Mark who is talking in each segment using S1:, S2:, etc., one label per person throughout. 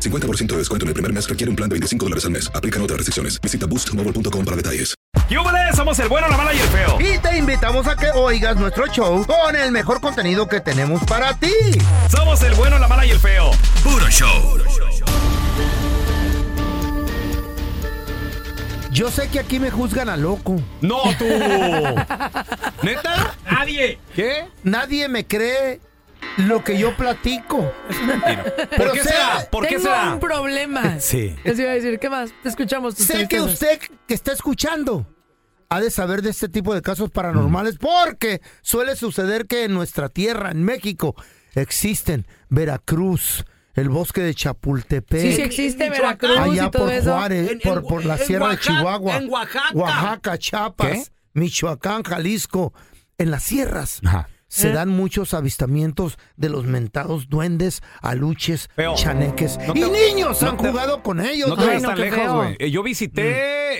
S1: 50% de descuento en el primer mes requiere un plan de 25 dólares al mes. Aplican otras restricciones. Visita boostmobile.com para detalles.
S2: ¡Yúbales! Somos el bueno, la mala y el feo.
S3: Y te invitamos a que oigas nuestro show con el mejor contenido que tenemos para ti.
S2: Somos el bueno, la mala y el feo.
S4: Puro show.
S3: Yo sé que aquí me juzgan a loco.
S2: No, tú. ¿Neta? Nadie. ¿Qué?
S3: Nadie me cree lo que yo platico.
S2: ¿Por qué será? ¿Por qué
S5: Tengo
S2: será?
S5: un problema.
S2: Sí.
S5: Les iba a decir, ¿qué más? Te escuchamos. tus
S3: Sé que
S5: tristezas.
S3: usted que está escuchando ha de saber de este tipo de casos paranormales porque suele suceder que en nuestra tierra, en México, existen Veracruz, el bosque de Chapultepec.
S5: Sí, sí existe
S6: en
S5: Veracruz
S6: Michoacán.
S3: allá
S5: y todo
S3: por
S5: eso.
S3: Juárez,
S6: En-
S3: por,
S6: en-
S3: por la
S6: en
S3: Sierra
S6: Oaxaca-
S3: de Chihuahua,
S6: en Oaxaca.
S3: Oaxaca, Chiapas, Michoacán, Jalisco, en las sierras.
S2: Ajá.
S3: Se
S5: Eh.
S3: dan muchos avistamientos de los mentados duendes, aluches,
S2: Feo.
S3: chaneques.
S2: No
S3: y
S2: te-
S3: niños
S2: no
S3: han
S2: te-
S3: jugado con ellos.
S2: No te vayas
S5: no,
S2: tan
S5: qué
S2: lejos,
S5: feo.
S2: güey. Eh, Yo visité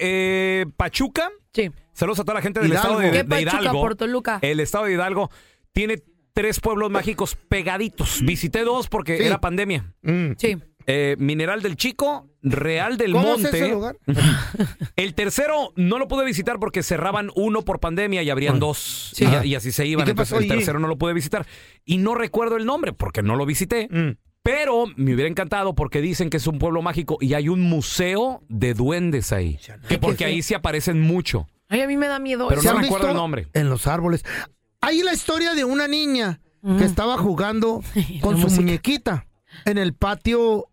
S2: eh, Pachuca.
S5: Sí.
S2: Saludos a toda la gente del
S3: Hidalgo.
S2: estado de,
S5: ¿Qué
S2: de
S5: Pachuca,
S2: Hidalgo. Eh.
S5: por Toluca?
S2: El estado de Hidalgo tiene tres pueblos mágicos pegaditos. Visité dos porque
S3: Sí.
S2: era pandemia.
S3: Mm.
S5: Sí.
S2: Eh, Mineral del Chico, Real del
S3: ¿Cómo es
S2: Monte.
S3: ese lugar?
S2: El tercero no lo pude visitar porque cerraban uno por pandemia y abrían dos.
S3: Sí.
S2: Y-
S3: Ajá.
S2: Y, así se iban.
S3: qué
S2: Entonces,
S3: pasó
S2: el
S3: allí?
S2: tercero no lo pude visitar. Y no recuerdo el nombre porque no lo visité.
S3: Mm.
S2: Pero me hubiera encantado porque dicen que es un pueblo mágico y hay un museo de duendes ahí. Que porque ahí se aparecen mucho.
S5: Ay, a mí me da miedo.
S2: Pero
S5: eso.
S3: ¿Se
S2: no
S3: han
S2: recuerdo
S3: visto
S2: el nombre.
S3: En los árboles. Hay la historia de una niña que estaba jugando
S5: La
S3: con su
S5: música.
S3: muñequita en el patio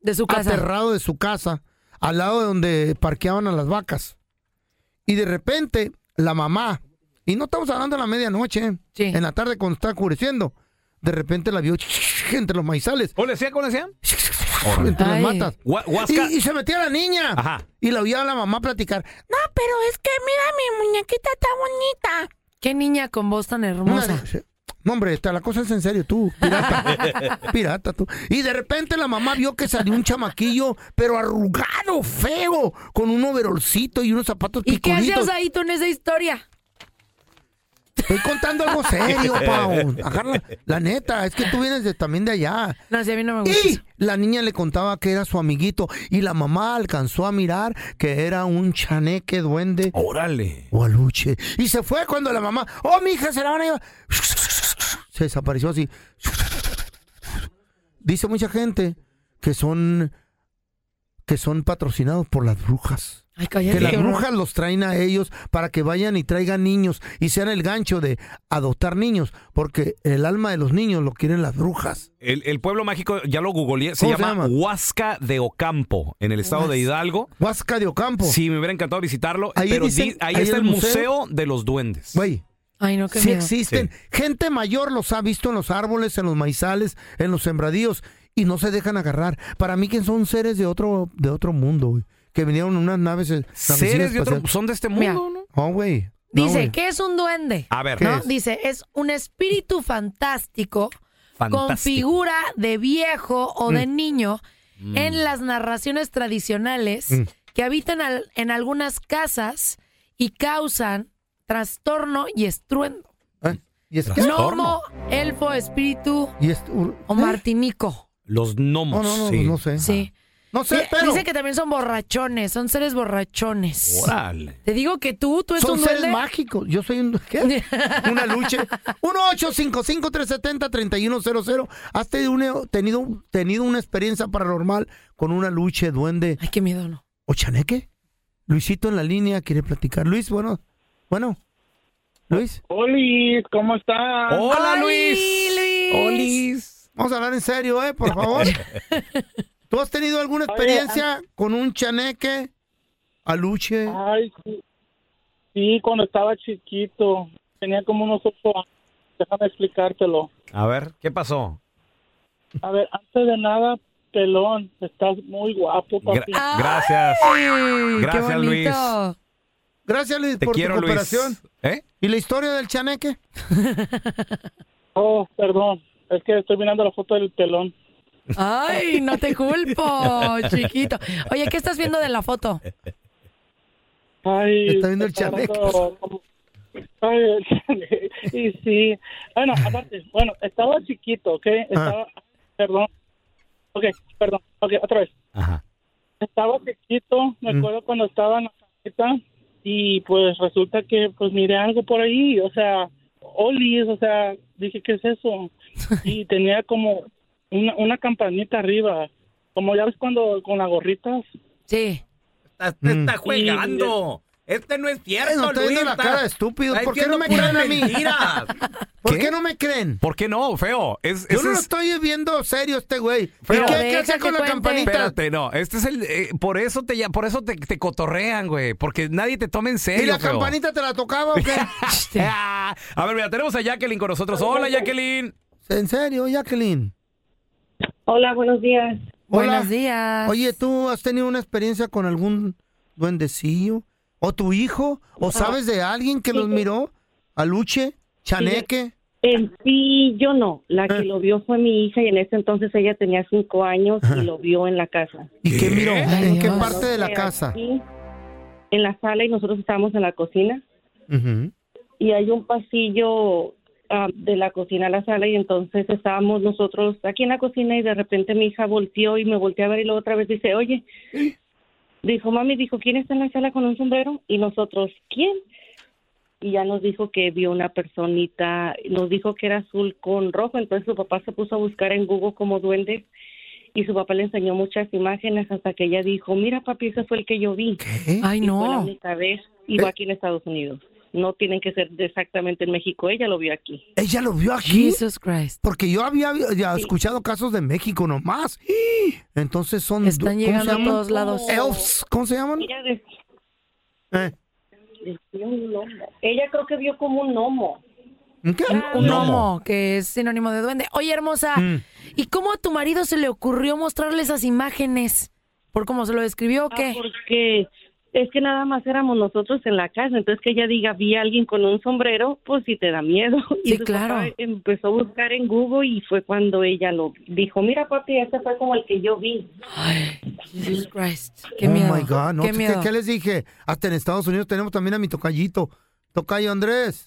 S5: de
S2: Ah,
S5: su casa.
S3: aterrado de su casa, al lado de donde parqueaban a las vacas. Y de repente, la mamá, y no estamos hablando de la medianoche, ¿eh?
S5: Sí.
S3: en la tarde cuando está oscureciendo, de repente la vio entre los maizales,
S2: ¿Cómo le decía? ¿Cómo le decía?
S3: entre
S5: Ay.
S3: las matas.
S2: Gua- Huasca.
S3: Y, y se metía la niña.
S2: Ajá.
S3: Y la oía a la mamá platicar. No, pero es que mira, mi muñequita está bonita.
S5: Qué niña con voz tan
S3: Una-
S5: hermosa.
S3: No, hombre, esta- la cosa es en serio, tú, pirata. pirata, tú. Y de repente la mamá vio que salió un chamaquillo, pero arrugado, feo, con un overolcito y unos zapatos
S5: ¿Y qué
S3: picuditos.
S5: hacías ahí tú en esa historia?
S3: Estoy contando algo serio, Pau. Ajá, la, la neta, es que tú vienes de- también de allá.
S5: No, si a mí no me gusta.
S3: Y
S5: eso.
S3: la niña le contaba que era su amiguito y la mamá alcanzó a mirar que era un chaneque duende
S2: Órale.
S3: o aluche. Y se fue cuando la mamá, oh, mi hija, se la van a llevar. Se desapareció así. Dice mucha gente que son que son patrocinados por las brujas.
S5: Ay,
S3: Que
S5: cállate.
S3: las
S5: qué horror.
S3: brujas los traen a ellos para que vayan y traigan niños y sean el gancho de adoptar niños, porque el alma de los niños lo quieren las brujas.
S2: El, el pueblo mágico, ya lo googleé, se
S3: ¿Cómo se
S2: llama,
S3: llama?
S2: Huasca de Ocampo, en el estado de Hidalgo.
S3: Huasca de Ocampo.
S2: Sí, me hubiera encantado visitarlo,
S3: Ahí
S2: pero
S3: dicen-
S2: di- ahí,
S3: ahí
S2: está
S3: el
S2: el
S3: museo.
S2: museo de los duendes.
S3: Güey,
S5: Ay, no, qué
S3: sí
S5: miedo.
S3: existen. Gente mayor los ha visto en los árboles, en los maizales, en los sembradíos y no se dejan agarrar. Para mí que son seres de otro de otro mundo, güey, que vinieron en unas naves eh,
S2: Seres
S3: navecitas
S2: de otro,
S3: espaciales.
S2: son de este
S5: Mira.
S2: mundo, ¿no?
S3: Oh, güey. No,
S5: Dice,
S3: güey.
S5: ¿qué es un duende?
S2: A ver,
S3: ¿Qué
S5: ¿No?
S3: es?
S5: Dice, es un espíritu fantástico, con
S2: fantástico.
S5: figura de viejo o de niño en las narraciones tradicionales
S3: Mm.
S5: que habitan al- en algunas casas y causan trastorno y estruendo.
S3: ¿Eh? Y es que
S5: Gnomo, elfo, espíritu
S3: y es ur-
S5: o
S3: ¿Eh?
S5: martinico.
S2: Los
S3: No,
S2: gnomos.
S3: no, no,
S2: sí.
S3: no sé.
S5: Sí.
S3: No sé,
S5: Di-
S3: pero
S5: Dice que también son borrachones, son seres borrachones.
S2: Órale.
S5: Te digo que tú, tú eres
S3: son
S5: un
S3: seres
S5: duende.
S3: mágicos. Yo soy un ¿qué? una lucha. 1-855-370-3100. ¿Has tenido, una- tenido, tenido una experiencia paranormal con una luche, duende
S5: Ay, qué miedo, no.
S3: o chaneque? Luisito en la línea quiere platicar. Luis, bueno, bueno. Luis,
S7: Oli, ¿cómo estás?
S8: Hola
S5: ¡Oli,
S8: Luis.
S5: Luis!
S8: Olis.
S3: vamos a hablar en serio, ¿eh? Por favor. ¿Tú has tenido alguna experiencia con un chaneque, aluche?
S9: Ah.
S7: Ay, sí. Sí, cuando estaba chiquito, tenía como unos ocho años. Déjame explicártelo.
S2: A ver, ¿qué pasó?
S7: A ver, antes de nada, pelón, estás muy guapo,
S2: Gra-
S7: papi.
S2: gracias.
S5: ¡Ay,
S2: Gracias,
S5: qué bonito!
S3: Gracias, Luis,
S2: Te
S3: por
S2: quiero,
S3: tu
S2: Luis.
S3: cooperación.
S2: ¿Eh?
S3: ¿Y la historia del chaneque?
S7: Oh, perdón, es que estoy mirando la foto del pelón.
S5: ¡Ay, no te culpo, chiquito! Oye, ¿qué estás viendo de la foto?
S7: Ay,
S3: Está viendo el
S7: está
S3: chaleco.
S7: hablando como- Ay, el chaleco. y sí. Bueno, aparte, bueno, estaba chiquito, ¿ok?
S3: Ah.
S7: Estaba, perdón. Ok, perdón. Ok, otra vez.
S2: Ajá.
S7: Estaba chiquito, me acuerdo cuando estaba en la camita y pues resulta que pues miré algo por ahí, o sea, olis, o sea, dije, ¿qué es eso? Y tenía como una, una campanita arriba, como ya ves cuando con las gorritas.
S5: Sí.
S2: Estás
S3: te está
S7: jugando.
S2: Este no es
S3: Ay, no estoy viendo la cara de estúpido. ¿Por qué no me creen a mí? ¿Por qué no me creen?
S8: ¿Por qué no, feo? Es, ese
S3: Yo no lo
S8: es-
S3: estoy viendo serio este güey. ¿Y
S8: Pero
S3: qué
S5: deja
S3: qué hace
S5: que
S3: con la
S5: cuente.
S3: campanita?
S8: Espérate, no, este es el eh, por eso te ya- por eso te, te cotorrean, güey, porque nadie te toma en serio.
S3: ¿Y la
S8: feo.
S3: campanita te la tocaba o qué?
S8: Ah, a ver, mira, tenemos a Jacqueline con nosotros. Hola, Jacqueline.
S3: ¿En serio, Jacqueline?
S10: Hola, buenos días.
S3: Hola.
S5: Buenos días.
S3: Oye, ¿tú has tenido una experiencia con algún duendecillo? ¿O tu hijo?
S5: Ah.
S3: ¿O sabes de alguien que los miró? ¿Aluche? ¿Chaneque?
S10: En sí, yo no. La
S7: Ah.
S10: que lo vio fue mi hija y en ese entonces ella tenía cinco años y lo vio en la casa.
S3: ¿Y qué miró?
S5: Ay,
S3: ¿En qué
S5: Dios.
S3: parte de la
S10: Eh,
S3: casa?
S10: aquí, en la sala y nosotros estábamos en la cocina
S3: Ujú.
S10: y hay un pasillo ah, de la cocina a la sala y entonces estábamos nosotros aquí en la cocina y de repente mi hija volteó y me volteó a ver y luego otra vez dice, oye, dijo mami, dijo, ¿quién está en la sala con un sombrero? Y nosotros, ¿quién? Y ya nos dijo que vio una personita, nos dijo que era azul con rojo, entonces su papá se puso a buscar en Google como duendes y su papá le enseñó muchas imágenes hasta que ella dijo, mira papi, ese fue el que yo vi. Y fue
S5: Ay,
S10: la
S5: no.
S10: única vez y
S3: Eh.
S10: va aquí en Estados Unidos. No tienen que ser de exactamente en México. Ella lo vio aquí.
S3: ¿Ella lo vio aquí?
S5: Jesus Christ.
S3: Porque yo había ya escuchado casos de México nomás. ¡Ih! Entonces son... du-
S5: Están
S3: Mm, ¿cómo se Oh,
S5: llegando a
S3: llaman?
S5: todos lados.
S3: Elves. ¿Cómo se llaman?
S10: Ella, de-
S3: Eh,
S10: decía un gnomo. Ella creo que vio como un gnomo.
S3: ¿Qué? Oh
S5: Un gnomo, que es sinónimo de duende. Oye, hermosa,
S3: Mm.
S5: ¿y cómo a tu marido se le ocurrió mostrarle esas imágenes? ¿Por cómo se lo describió o
S10: Ah,
S5: qué?
S10: porque es que nada más éramos nosotros en la casa. Entonces que ella diga, vi a alguien con un sombrero, pues si te da miedo.
S5: Sí,
S10: y su
S5: claro.
S10: papá empezó a buscar en Google y fue cuando ella lo dijo, mira papi, este fue como el que yo vi.
S5: Jesus Christ. Qué
S3: oh
S5: miedo.
S3: my God, no,
S5: qué
S3: ¿qué,
S5: miedo.
S3: qué les dije? Hasta en Estados Unidos tenemos también a mi tocayito. Tocayo Andrés.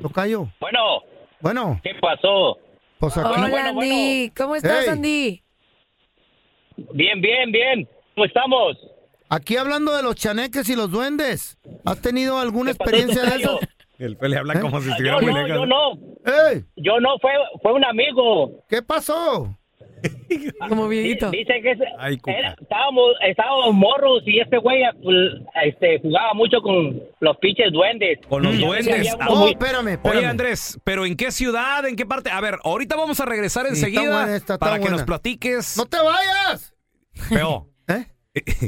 S3: Tocayo.
S11: Bueno,
S3: Bueno,
S11: ¿qué pasó?
S3: pues aquí.
S5: Hola,
S11: bueno, bueno.
S5: Andy. ¿Cómo estás,
S3: Hey.
S5: Andy?
S11: Bien, bien, bien. ¿Cómo estamos?
S3: Aquí hablando de los chaneques y los duendes. ¿Has tenido alguna
S11: ¿Qué pasó,
S3: experiencia de eso?
S11: Tocayo?
S2: El pele
S8: ¿Eh?
S2: habla como si estuviera
S11: Yo
S2: muy
S11: no,
S2: lejos.
S11: yo no.
S3: ¡Ey!
S11: Yo no, fue, fue un amigo.
S3: ¿Qué pasó?
S5: Como
S11: Di-
S5: viejito.
S11: Dice que ese-
S2: Ay, cuca.
S11: era- estábamos, estábamos morros y este güey pues, este, jugaba mucho con los pinches duendes.
S2: Con los
S11: Y a veces
S2: duendes. Ah,
S11: había uno
S3: Oh,
S11: muy-
S3: espérame, espérame.
S8: Oye, Andrés, pero ¿en qué ciudad? ¿En qué parte? A ver, ahorita vamos a regresar
S3: está
S8: enseguida
S3: buena esta, está
S8: para que
S3: buena.
S8: nos platiques.
S3: ¡No te vayas!
S8: Feo.
S3: ¿Eh?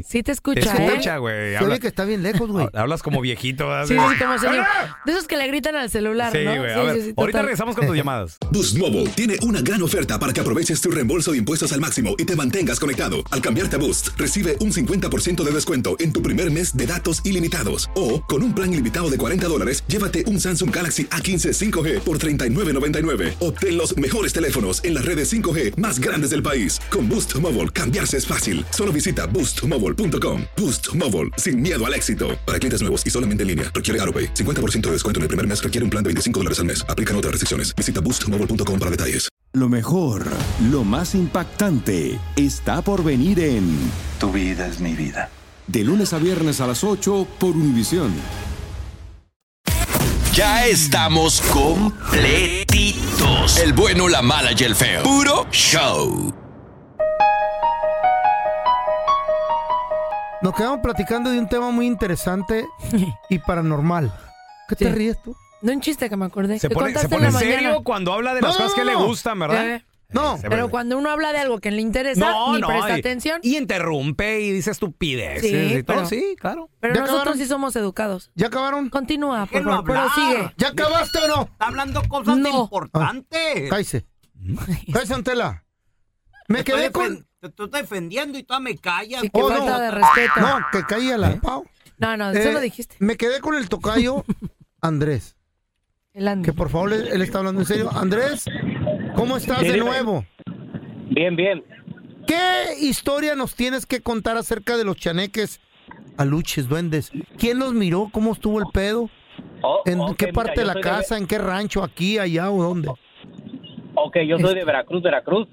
S5: Sí te
S8: Te
S5: escucha, ¿eh?
S8: escucha, güey.
S3: Se
S8: Habla-
S3: oye que está bien lejos, güey.
S8: Hablas como viejito. ¿verdad?
S5: Sí, sí, como señor.
S2: Ah,
S5: De esos que le gritan al celular,
S8: Sí,
S5: ¿no?
S8: güey. A ver, ahorita
S5: total.
S8: regresamos con tus llamadas.
S1: Boost Mobile tiene una gran oferta para que aproveches tu reembolso de impuestos al máximo y te mantengas conectado. Al cambiarte a Boost, recibe un 50% de descuento en tu primer mes de datos ilimitados. O, con un plan ilimitado de 40 dólares, llévate un Samsung Galaxy A15 5G por $39.99. Obtén los mejores teléfonos en las redes 5G más grandes del país. Con Boost Mobile, cambiarse es fácil. Solo visita boostmobile.com. Boost Mobile, sin miedo al éxito. Para clientes nuevos y solamente en línea, requiere AroPay. 50% de descuento en el primer mes requiere un plan de 25 dólares al mes. Aplican otras restricciones. Visita boostmobile.com para detalles.
S4: Lo mejor, lo más impactante, está por venir en
S12: Tu vida es mi vida.
S4: De lunes a viernes a las 8 por Univisión.
S12: Ya estamos completitos. El bueno, la mala y el feo. Puro show.
S3: Nos quedamos platicando de un tema muy interesante y paranormal. ¿Qué te
S5: Sí.
S3: ríes tú?
S5: De un chiste que me acordé.
S2: Se
S5: que
S2: pone, se
S5: contaste en
S2: pone
S5: la mañana.
S2: serio cuando habla de las
S5: No,
S2: cosas
S5: no,
S2: que
S5: no.
S2: le gustan, ¿verdad?
S5: Eh, Pero
S2: se-
S5: cuando uno habla de algo que le interesa, ni presta
S2: y-
S5: atención.
S2: Y interrumpe y dice estupideces
S5: Sí,
S2: y todo.
S5: pero-
S2: Sí, claro.
S5: Pero
S2: Ya
S5: nosotros
S2: acabaron.
S5: sí somos educados.
S3: ¿Ya acabaron?
S5: Continúa, por
S2: Déjenlo
S5: favor, pero
S2: hablar.
S5: sigue.
S3: ¿Ya acabaste o no? Está
S2: hablando cosas
S5: No.
S2: Eh.
S3: importantes. Cállese. Cállese, Antela. Me quedé con...
S13: Te estoy defendiendo y tú me callas.
S3: Oh, no. No, Eh, que caía la... Pau.
S5: No, no, Ah, eso lo dijiste.
S3: Me quedé con el tocayo Andrés.
S5: El Andy.
S3: Que por favor, él, él está hablando en serio. Andrés, ¿cómo estás de
S14: Bien,
S3: nuevo?
S14: Bien, bien.
S3: ¿Qué historia nos tienes que contar acerca de los chaneques, aluches, duendes? ¿Quién los miró? ¿Cómo estuvo el pedo? ¿En
S14: Oh, ok,
S3: qué
S14: mira,
S3: parte
S14: yo
S3: de la
S14: soy de-
S3: casa? ¿En qué rancho? ¿Aquí, allá o dónde?
S14: Ok, yo
S3: Este-
S14: soy de Veracruz, Veracruz.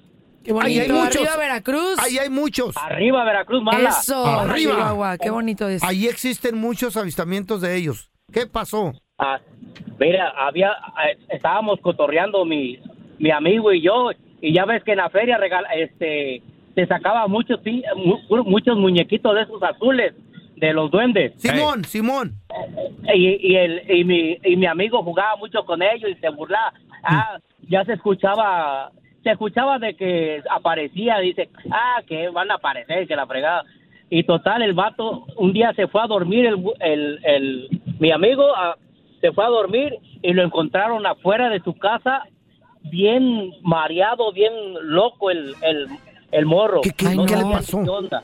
S5: Qué bonito. Arriba
S14: Pues,
S5: Veracruz.
S3: Ahí hay muchos.
S14: Arriba Veracruz, mala.
S5: Eso,
S3: Arriba.
S5: arriba. Agua, qué bonito es.
S3: Ahí existen muchos avistamientos de ellos. ¿Qué pasó?
S14: Ah, mira, había, ah, estábamos cotorreando mi, mi amigo y yo, y ya ves que en la feria regala, este, te sacaba muchos, pi- mu- muchos muñequitos de esos azules, de los duendes.
S3: Simón, Simón.
S14: Y, y el, y, mi, y mi amigo jugaba mucho con ellos y se burlaba. Ah, ya se escuchaba, se escuchaba de que aparecía, dice, ah, que van a aparecer, que la fregada. Y total, el vato un día se fue a dormir, el, bu- el, el- mi amigo ah, se fue a dormir y lo encontraron afuera de su casa, bien mareado, bien loco el, el, el morro.
S3: qué- qué le
S14: sabía
S3: pasó?
S14: qué onda.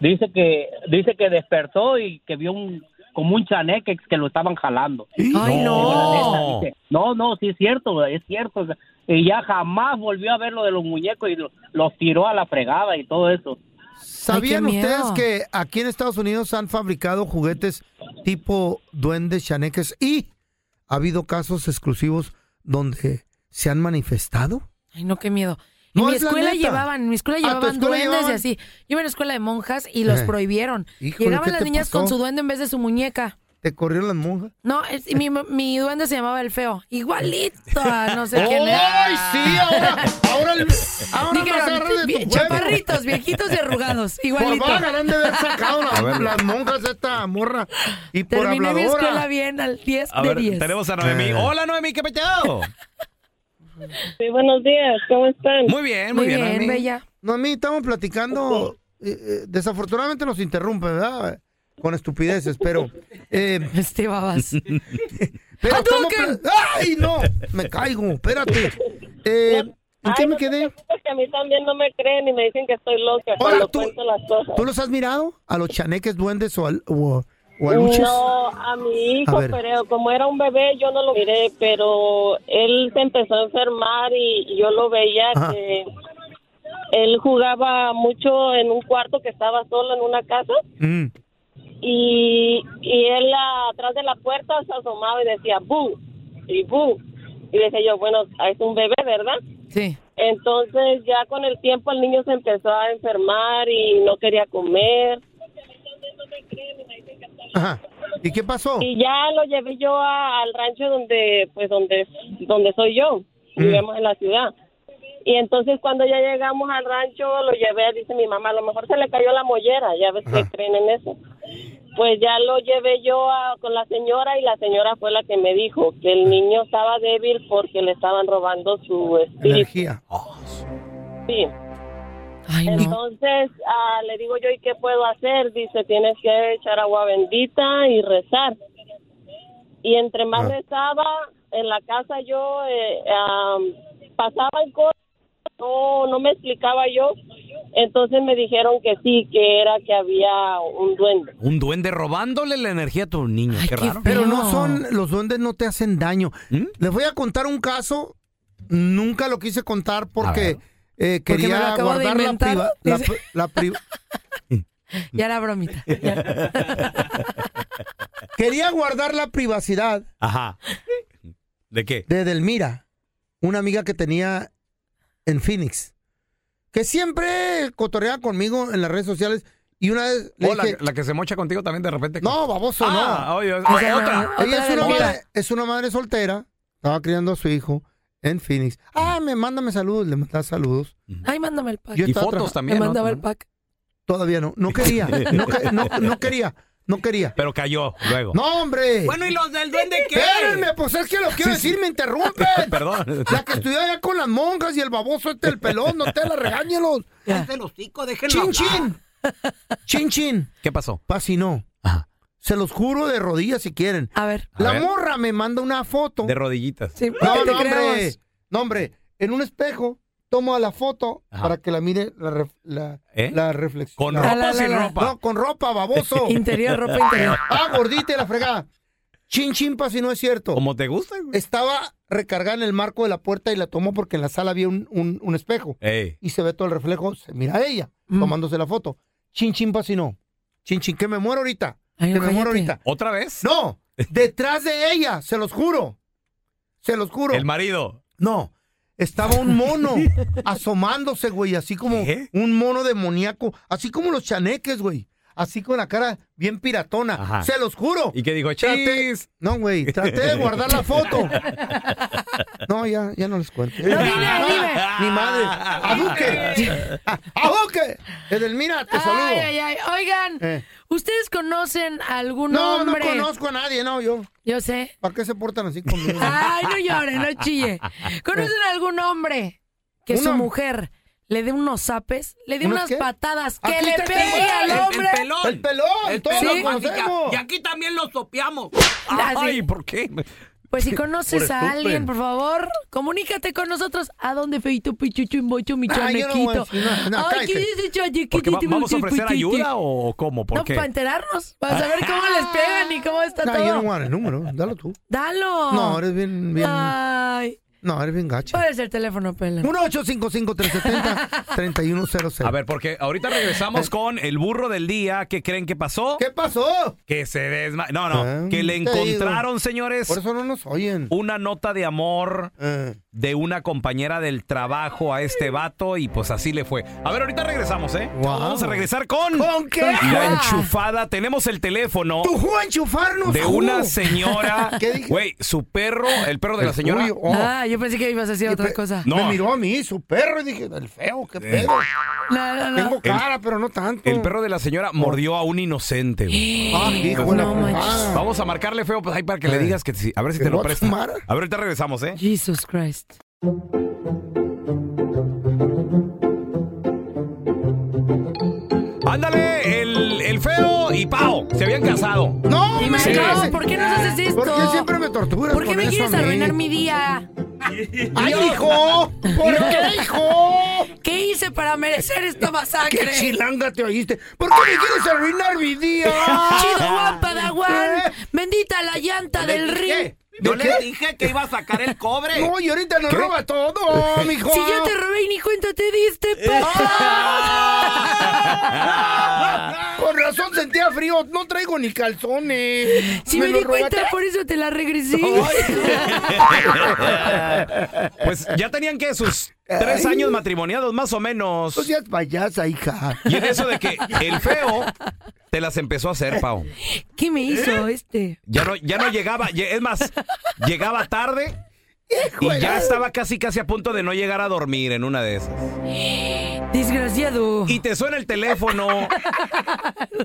S14: Dice que dice que despertó y que vio un como un chaneque que lo estaban jalando.
S5: Ay,
S14: no.
S5: no.
S13: Oh.
S14: no, no, sí es cierto, es cierto. Y ya jamás volvió a ver lo de los muñecos y lo- los tiró a la fregada y todo eso.
S3: ¿Sabían
S14: Ay, qué
S3: ustedes
S14: miedo.
S3: que aquí en Estados Unidos han fabricado juguetes tipo duendes, chaneques y ha habido casos exclusivos donde se han manifestado?
S5: Ay, no, qué miedo.
S3: No,
S5: en mi
S3: es la
S5: escuela
S3: neta.
S5: llevaban, en mi escuela
S3: ¿A tu
S5: llevaban
S3: escuela
S5: duendes
S3: llevaban?
S5: y así. Yo iba a una escuela de monjas y los
S3: Eh.
S5: prohibieron.
S3: Híjole, ¿qué
S5: Llegaban las
S3: te
S5: niñas
S3: pasó?
S5: con su duende en vez de su muñeca.
S3: ¿Te corrieron las monjas?
S5: No, es- y mi, mi duende se llamaba el feo. Igualito, a no sé quién era.
S3: ¡Ay, sí! Ahora, ahora, el- ahora me
S5: Dijeron,
S3: vas a agarrar de tu
S5: "Vi-
S3: huevo".
S5: chaparritos, viejitos y arrugados,
S3: Por
S5: igualito.
S3: vaga, le han de haber sacado las,
S2: A ver.
S3: las monjas de esta morra. Y por
S5: Terminé mi
S3: habladora.
S5: escuela bien al 10
S2: A
S5: de
S2: ver,
S5: 10.
S2: tenemos a Noemí.
S3: Eh.
S2: Hola, Noemí, ¿qué peteado?
S9: Sí, buenos días, ¿cómo están?
S2: Muy bien, muy Muy bien, bien, Noemí. bella.
S3: No, a mí estamos platicando. eh, eh, desafortunadamente nos interrumpe, ¿verdad? Con estupideces, pero. eh,
S5: este babas.
S3: pero estamos pla- ¡Ay, no! Me caigo, espérate. Eh, ¿En qué me quedé?
S9: Porque a mí también no me creen y me dicen que estoy loca cuando cuento las cosas.
S3: ¿Tú los has mirado? ¿A los chaneques, duendes o, al, o, o aluches?
S9: No, a mi hijo,
S3: A ver.
S9: pero como era un bebé yo no lo miré, pero él se empezó a enfermar y yo lo veía
S3: Ajá.
S9: que él jugaba mucho en un cuarto que estaba solo en una casa
S3: Mm.
S9: y, y él ah, atrás de la puerta se asomaba y decía bu y bu y decía yo bueno es un bebé verdad
S5: sí
S9: entonces ya con el tiempo el niño se empezó a enfermar y no quería comer
S3: Ajá. ¿Y qué pasó?
S9: y ya lo llevé yo a- al rancho donde pues donde donde soy yo
S3: Mm.
S9: vivimos en la ciudad y entonces cuando ya llegamos al rancho lo llevé dice mi mamá a lo mejor se le cayó la mollera ya ves que creen en eso pues ya lo llevé yo a- con la señora y la señora fue la que me dijo que el niño estaba débil porque le estaban robando su espíritu
S3: Energía.
S9: Sí. Entonces ah, le digo yo, ¿y qué puedo hacer? Dice, tienes que echar agua bendita y rezar. Y entre más
S15: Ah.
S9: rezaba, en la casa yo eh, am, pasaban cosas, no, no me explicaba yo. Entonces me dijeron que sí, que era que había un duende.
S2: Un duende robándole la energía a tu niño. qué, raro.
S3: Pero no son, los duendes no te hacen daño. Les voy a contar un caso, nunca lo quise contar porque eh,
S5: Porque me lo
S3: quería
S5: acabo de
S3: guardar la
S5: inventar,
S3: priva- la
S5: dice.
S3: pri- la pri-
S5: Ya la bromita. ya.
S3: quería guardar la privacidad
S2: Ajá. ¿De qué?
S3: de Delmira, una amiga que tenía en Phoenix, que siempre cotorreaba conmigo en las redes sociales y una vez le
S2: Oh, la,
S3: dije,
S2: la que se mocha contigo también de repente.
S3: No, baboso,
S2: Ah,
S3: no.
S2: oye, oye,
S3: Ella-
S2: otra.
S3: Ella
S2: Otra
S3: es una,
S2: Delmira.
S3: madre, es una madre soltera. Estaba criando a su hijo en Phoenix. Ah, me mándame saludos, le mandaba saludos.
S5: Ay, mándame el pack.
S3: Yo estaba trabajando-
S5: Me mandaba el pack.
S3: Todavía no. No quería. No, que- no- no quería. No quería.
S2: Pero cayó luego.
S3: No, hombre.
S13: Bueno, ¿y los del duende qué?
S3: Espérenme, pues es que lo quiero decir, me interrumpen.
S2: Perdón.
S3: La que estudió allá con las monjas y el baboso este, el pelón, no te la regáñelos.
S13: Cállate el hocico, déjenlo
S3: Chin,
S13: hablar.
S3: chin. Chin, chin.
S2: ¿Qué pasó?
S3: Pasinó. Se los juro de rodillas si quieren.
S5: A ver.
S3: La
S2: A ver.
S3: morra me manda una foto.
S2: De rodillitas.
S3: No, no, hombre. No, hombre. En un espejo toma la foto
S2: Ajá.
S3: para que la mire la, ref- la,
S2: ¿Eh?
S3: la reflexión.
S2: Con ropa
S3: La-
S2: o sin
S3: la- la-
S2: ropa.
S3: No, con ropa, baboso.
S2: Interior, ropa interior.
S3: Ah, gordita y la fregada. Chin chin pa, si no es cierto.
S2: Como te gusta, güey.
S3: Estaba recargada en el marco de la puerta y la tomó porque en la sala había un, un- un espejo.
S2: Ey.
S3: Y se ve todo el reflejo. Se mira a ella tomándose la foto. Chin chin pa, si no. Chin chin, que me muero ahorita. que me muero ahorita.
S2: ¿Otra vez?
S3: No, detrás de ella, se los juro. Se los juro.
S2: El marido.
S3: No, estaba un mono asomándose, güey, así como un mono demoníaco, así como los chaneques, güey. Así con la cara bien piratona,
S2: Ajá.
S3: se los juro.
S2: ¿Y qué dijo?
S3: Traté-
S2: "Chis".
S3: No, güey, traté de guardar la foto. No, ya, ya no les cuento.
S2: No, dime,
S3: Ah,
S2: dime.
S3: Mi madre. ¡A Duque! ¡A Duque! Edelmira, te saludo.
S5: Ay, ay, ay. Oigan,
S3: Eh.
S5: ¿ustedes conocen algún
S3: No, no
S5: hombre?
S3: conozco a nadie, no, yo.
S5: Yo sé.
S3: ¿Para qué se portan así conmigo?
S5: Ay, no llore, no chille. ¿Conocen algún hombre que su
S3: Una-
S5: mujer le dé unos zapes, le dé
S3: ¿Unas
S5: unas
S3: qué?
S5: patadas, que
S3: Aquí
S5: le
S3: te-
S5: pegue
S13: El-
S5: al
S13: el
S5: hombre?
S13: pelón. El
S3: pelón,
S13: todos
S5: Sí.
S13: lo conocemos. Y aquí también los sopeamos.
S5: Así.
S2: Ay, ¿por qué?
S5: Pues si conoces
S2: Por
S5: a
S2: estúpido.
S5: alguien, por favor, comunícate con nosotros. ¿A dónde, Feito, Pichucho, Imbocho, mi
S3: Ah, yo no voy a
S5: chanequito?
S3: decir nada. No,
S5: Ay, ¿qué
S3: cállate.
S5: dices, chanequito?
S2: Porque va- ¿Vamos a ofrecer ayuda o cómo? ¿Por
S5: No,
S2: qué?
S5: para enterarnos, para saber cómo les pegan y cómo está
S3: No, yo no
S5: todo.
S3: voy a dar el número, dalo tú.
S5: Dalo.
S3: No, eres bien, bien.
S5: Ah. Ay,
S3: No, eres bien gacha.
S5: ¿cuál es el teléfono, Pela?
S3: 1-855-370-3100.
S2: A ver, porque ahorita regresamos con el burro del día. ¿Qué creen que pasó?
S3: ¿Qué pasó?
S2: Que se desma... No, no.
S3: Ah,
S2: que le
S3: te digo.
S2: encontraron, señores.
S3: Por eso no nos oyen. Eh.
S2: Una nota de amor de una compañera del trabajo a este vato y pues así le fue. A ver, ahorita regresamos, ¿eh?
S3: Wow.
S2: Vamos a regresar con...
S3: ¿Con qué?
S2: La enchufada. Tenemos el teléfono.
S3: ¡Tujú a enchufarnos!
S2: De
S3: ju!
S2: una señora.
S3: ¿Qué dije?
S2: Güey, su perro, el perro de la
S3: El
S2: señora.
S3: tuyo, oh.
S5: Ah, yo pensé que ibas a decir otra cosa.
S2: No.
S3: Me miró a mí, su perro, y dije, el feo, qué pedo.
S5: No, no, no.
S3: Tengo cara, pero no tanto.
S2: El perro de la señora mordió a un inocente. güey.
S3: Ah, hijo de la No fregada. manches.
S2: Vamos a marcarle feo pues, ahí para que le digas que sí. A ver si
S3: ¿Que
S2: te lo
S3: lo va a
S2: presta.
S3: tomar?
S2: A ver, ahorita regresamos, ¿eh?
S5: Jesus Christ.
S2: Ándale, el, el feo y Pao se habían casado.
S3: ¡No!
S5: Y
S3: me
S5: Marcos,
S3: cae.
S5: ¿por qué nos haces esto?
S3: ¿Por qué siempre me torturas
S5: ¿Por qué
S3: con
S5: me
S3: eso
S5: quieres
S3: a mí?
S5: arruinar mi día?
S3: ¡Ay, hijo! ¿Por qué, hijo?
S5: ¿Qué hice para merecer esta masacre?
S3: ¡Qué chilanga te oíste! ¿Por qué me quieres arruinar mi día?
S5: Chido Juan Padawan, bendita la llanta del ring.
S13: Yo
S3: ¿De
S13: les
S3: qué?
S13: dije que iba a sacar el cobre.
S3: No, y ahorita nos
S13: ¿Qué?
S3: roba todo, mijo.
S5: Si yo te robé y ni cuenta te diste,
S3: Ah,
S5: papá.
S3: Con razón sentía frío, no traigo ni calzones.
S5: Si
S3: ¿Me
S5: me,
S3: lo
S5: di cuenta,
S3: robaste?
S5: por eso te la regresé.
S2: Pues ya tenían que sus tres años matrimoniados, más o menos.
S3: No seas payasa, hija.
S2: Y en eso de que el feo te las empezó a hacer, Pao.
S5: ¿Qué me hizo este?
S2: Ya no, ya no llegaba, ye- es más, llegaba tarde y ya estaba casi casi a punto de no llegar a dormir en una de esas.
S5: Desgraciado.
S2: Y te suena el teléfono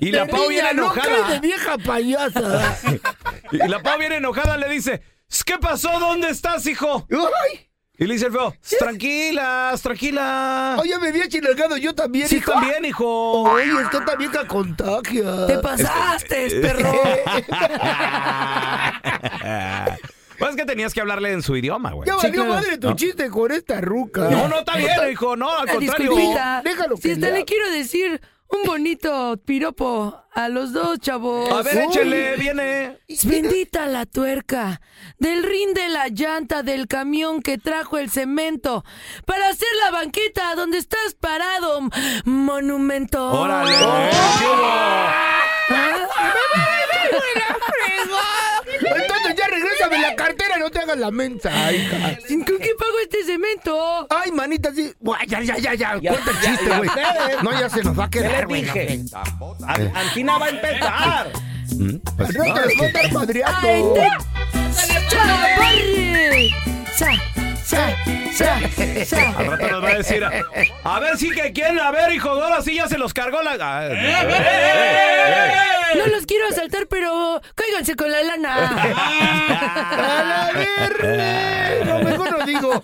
S2: y la Pau
S3: Niña
S2: viene
S3: loca y de
S2: enojada.
S3: vieja payasa.
S2: Y la Pau viene enojada, le dice, "¿S- ¿qué pasó? ¿Dónde estás, hijo?
S3: Ay,
S2: Y le dice el feo, "S- tranquilas, tranquila.
S3: oye, me había chilangado yo también,
S2: Sí,
S3: hijo.
S2: también, hijo.
S3: Oye, es que también que contagia.
S5: Te pasaste, perro.
S2: Pues es que tenías que hablarle en su idioma, güey.
S3: Ya
S5: Sí,
S3: valió
S5: claro.
S3: madre tu
S2: No.
S3: chiste con esta ruca.
S2: No, no, está bien, hijo, no, al
S5: Una
S2: contrario.
S5: disculpita.
S3: Déjalo
S5: Si
S3: que
S5: hasta
S3: lea.
S5: le quiero decir un bonito piropo a los dos, chavos.
S2: A ver,
S3: Uy.
S2: échale, viene.
S5: Bendita la tuerca del rin de la llanta del camión que trajo el cemento para hacer la banqueta donde estás parado, monumento.
S2: Órale.
S5: Ah,
S2: ¿eh? ¿Qué hubo?
S3: Entonces ya regrésame la cartera, no te hagas la mensa, hija.
S5: ¿Con qué pago este cemento?
S3: Ay, manita, sí. Guay, ya, ya, ya, ya.
S13: Ya,
S3: Cuenta el
S13: ya,
S3: chiste,
S13: ya
S3: güey.
S13: ustedes.
S3: No, ya se nos va a
S13: ¿Qué
S3: quedar,
S13: les
S3: güey. la
S13: dije?
S3: mensa. Eh. Mm,
S13: Al, al fin va a empezar.
S3: Al rato les voy a estar
S5: ¡Ay,
S3: madreando.
S5: te... ¡Chaparre! ¡Sa, sa, sa, sa.
S2: Al rato nos va a decir, a, a ver si que quieren, a ver, hijo, ahora sí ya se los cargó la... Ah, eh,
S5: No los quiero asaltar, pero cáiganse con la lana.
S3: No, mejor no digo.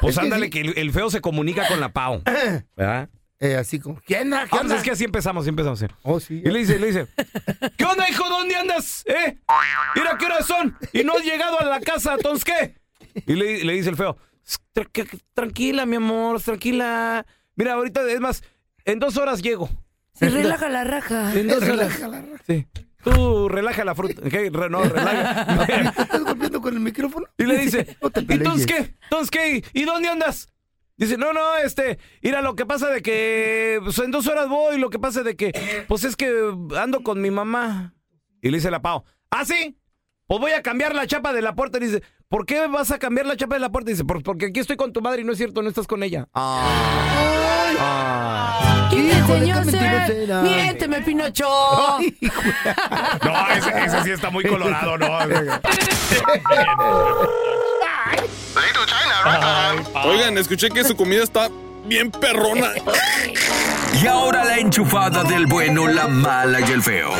S2: Pues ándale, que el, el feo se comunica con la Pau. ¿Verdad?
S3: Eh, así como, ¿qué onda?
S2: Ah, pues es que así empezamos, así empezamos. sí.
S3: Oh, sí.
S2: Y le dice, le dice, ¿qué onda, hijo? ¿Dónde andas? ¿Eh? Mira qué horas son. Y no has llegado a la casa, entonces qué. Y le, le dice el feo, "Tra- que- tranquila, mi amor, tranquila. Mira, ahorita, es más, en dos horas llego.
S5: Se relaja la raja.
S2: En dos horas. Sí. Tú relaja la fruta. ¿Qué? Re- No, relaja.
S3: con el micrófono?
S2: Y le dice, ¿entonces qué? ¿Entonces qué? ¿Y dónde andas? Dice, no, no, este, mira, lo que pasa de que, pues en dos horas voy, lo que pasa de que, pues es que ando con mi mamá. Y le dice la Pau, ¿ah, sí? Pues voy a cambiar la chapa de la puerta. Y dice, ¿por qué vas a cambiar la chapa de la puerta? Y dice, "Por- porque aquí estoy con tu madre y no es cierto, no estás con ella.
S5: Ay.
S2: Ah.
S5: ¿Quién te
S3: Híjole,
S5: enseñó a
S3: qué
S5: ser?
S3: mentirosa.
S5: Miénteme, Pinocho.
S2: No, ese, ese sí está muy colorado, ¿no?
S15: Oigan, escuché que su comida está bien perrona.
S12: Y ahora la enchufada del bueno, la mala y el feo.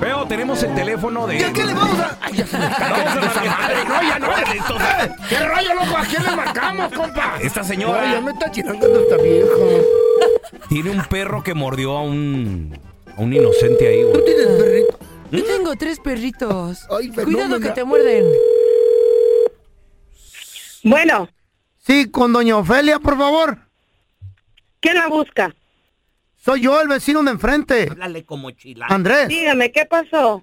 S2: Veo, tenemos el teléfono de...
S3: ¿Qué le vamos a.? Ay, ya se me está quedando esa madre. No, ya no. Eh, ¿Qué rayo, loco? ¿A quién le marcamos, compa?
S2: Esta señora.
S3: Ay, ya me está chillando esta vieja.
S2: Tiene un perro que mordió a un, a un inocente ahí, güey.
S5: Yo tengo tres perritos. Cuidado
S3: fenómeno.
S5: que te muerden.
S3: Bueno. Sí, con doña Ofelia, por favor. ¿Quién la busca? Soy yo, el vecino de enfrente.
S13: Háblale como chila.
S3: Andrés. Dígame, ¿qué pasó?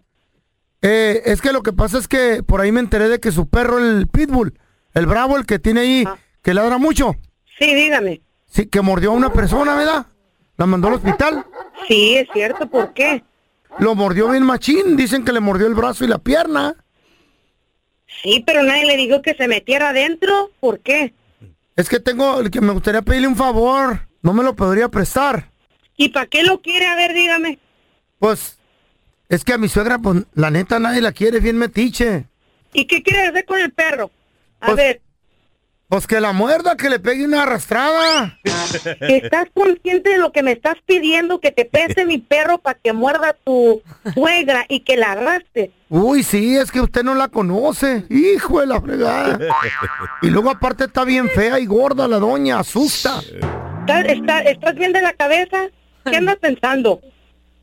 S3: es que lo que pasa es que por ahí me enteré de que su perro, el Pitbull, el bravo, el que tiene ahí,
S2: Ah.
S3: que ladra mucho. Sí, dígame. Sí, que mordió a una persona, ¿verdad? La mandó al hospital. Sí, es cierto, ¿por qué? Lo mordió bien machín, dicen que le mordió el brazo y la pierna.
S16: Sí, pero nadie le dijo que se metiera adentro. ¿Por qué?
S3: Es que tengo, que me gustaría pedirle un favor. No me lo podría prestar.
S16: ¿Y para qué lo quiere? A ver, dígame.
S3: Pues, es que a mi suegra, pues, la neta nadie la quiere, bien metiche.
S16: ¿Y qué quiere hacer con el perro? A
S3: Pues-
S16: ver,
S3: Pues que la muerda, que le pegue una arrastrada.
S16: ¿estás consciente de lo que me estás pidiendo? Que te pese mi perro para que muerda tu suegra y que la arrastre.
S3: Uy, sí, es que usted no la conoce. Hijo de la fregada. Y luego aparte está bien fea y gorda la doña, asusta.
S16: ¿Estás, está- estás bien de la cabeza? ¿Qué andas pensando?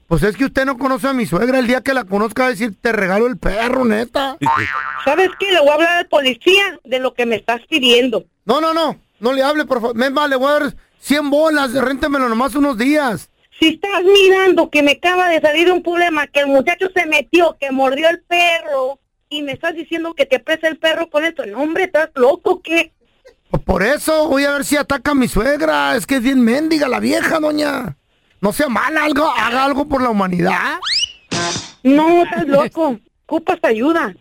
S3: Pues es que usted no conoce a mi suegra. El día que la conozca va a decir, te regalo el perro, neta.
S16: ¿Sabes qué? Le voy a hablar al policía de lo que me estás pidiendo.
S3: No, no, no. No le hable, por favor. Es más, le voy a dar 100 bolas. Réntemelo nomás unos días.
S16: Si estás mirando que me acaba de salir un problema, que el muchacho se metió, que mordió el perro, y me estás diciendo que te presa el perro con esto. No, hombre, estás loco, ¿qué?
S3: Pues Por eso voy a ver si ataca a mi suegra. Es que es bien mendiga la vieja, doña. No sea mala, algo, haga algo por la humanidad.
S16: No, estás loco. Ocupas ayuda.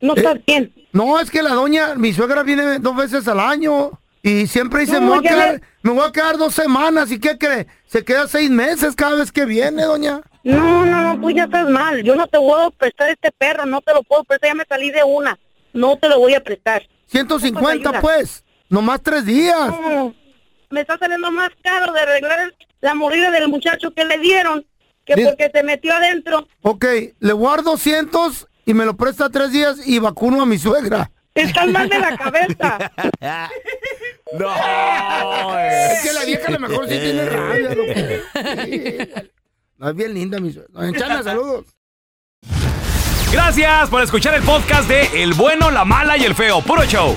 S16: No estás bien.
S3: No, es que la doña, mi suegra viene dos veces al año. Y siempre dice,
S16: No,
S3: me, voy a
S16: ya
S3: quedar,
S16: ve-
S3: me voy a quedar dos semanas. ¿Y qué cree? Se queda seis meses cada vez que viene, doña.
S16: No, no, no, pues ya estás mal. Yo no te voy a prestar este perro, no te lo puedo prestar, ya me salí de una. No te lo voy a prestar.
S3: 150, pues. Nomás tres días.
S16: No, me está saliendo más caro de arreglar la mordida del muchacho que le dieron que
S3: Di-
S16: porque se metió adentro.
S3: Ok, le guardo 200 y me lo presta tres días y vacuno a mi suegra.
S16: Estás mal de la cabeza.
S2: no. eh.
S3: Es que la vieja a lo mejor sí tiene rabia, loco. Sí. No, es bien linda mi suegra. Enchana, saludos.
S2: Gracias por escuchar el podcast de El Bueno, la Mala y el Feo. Puro show.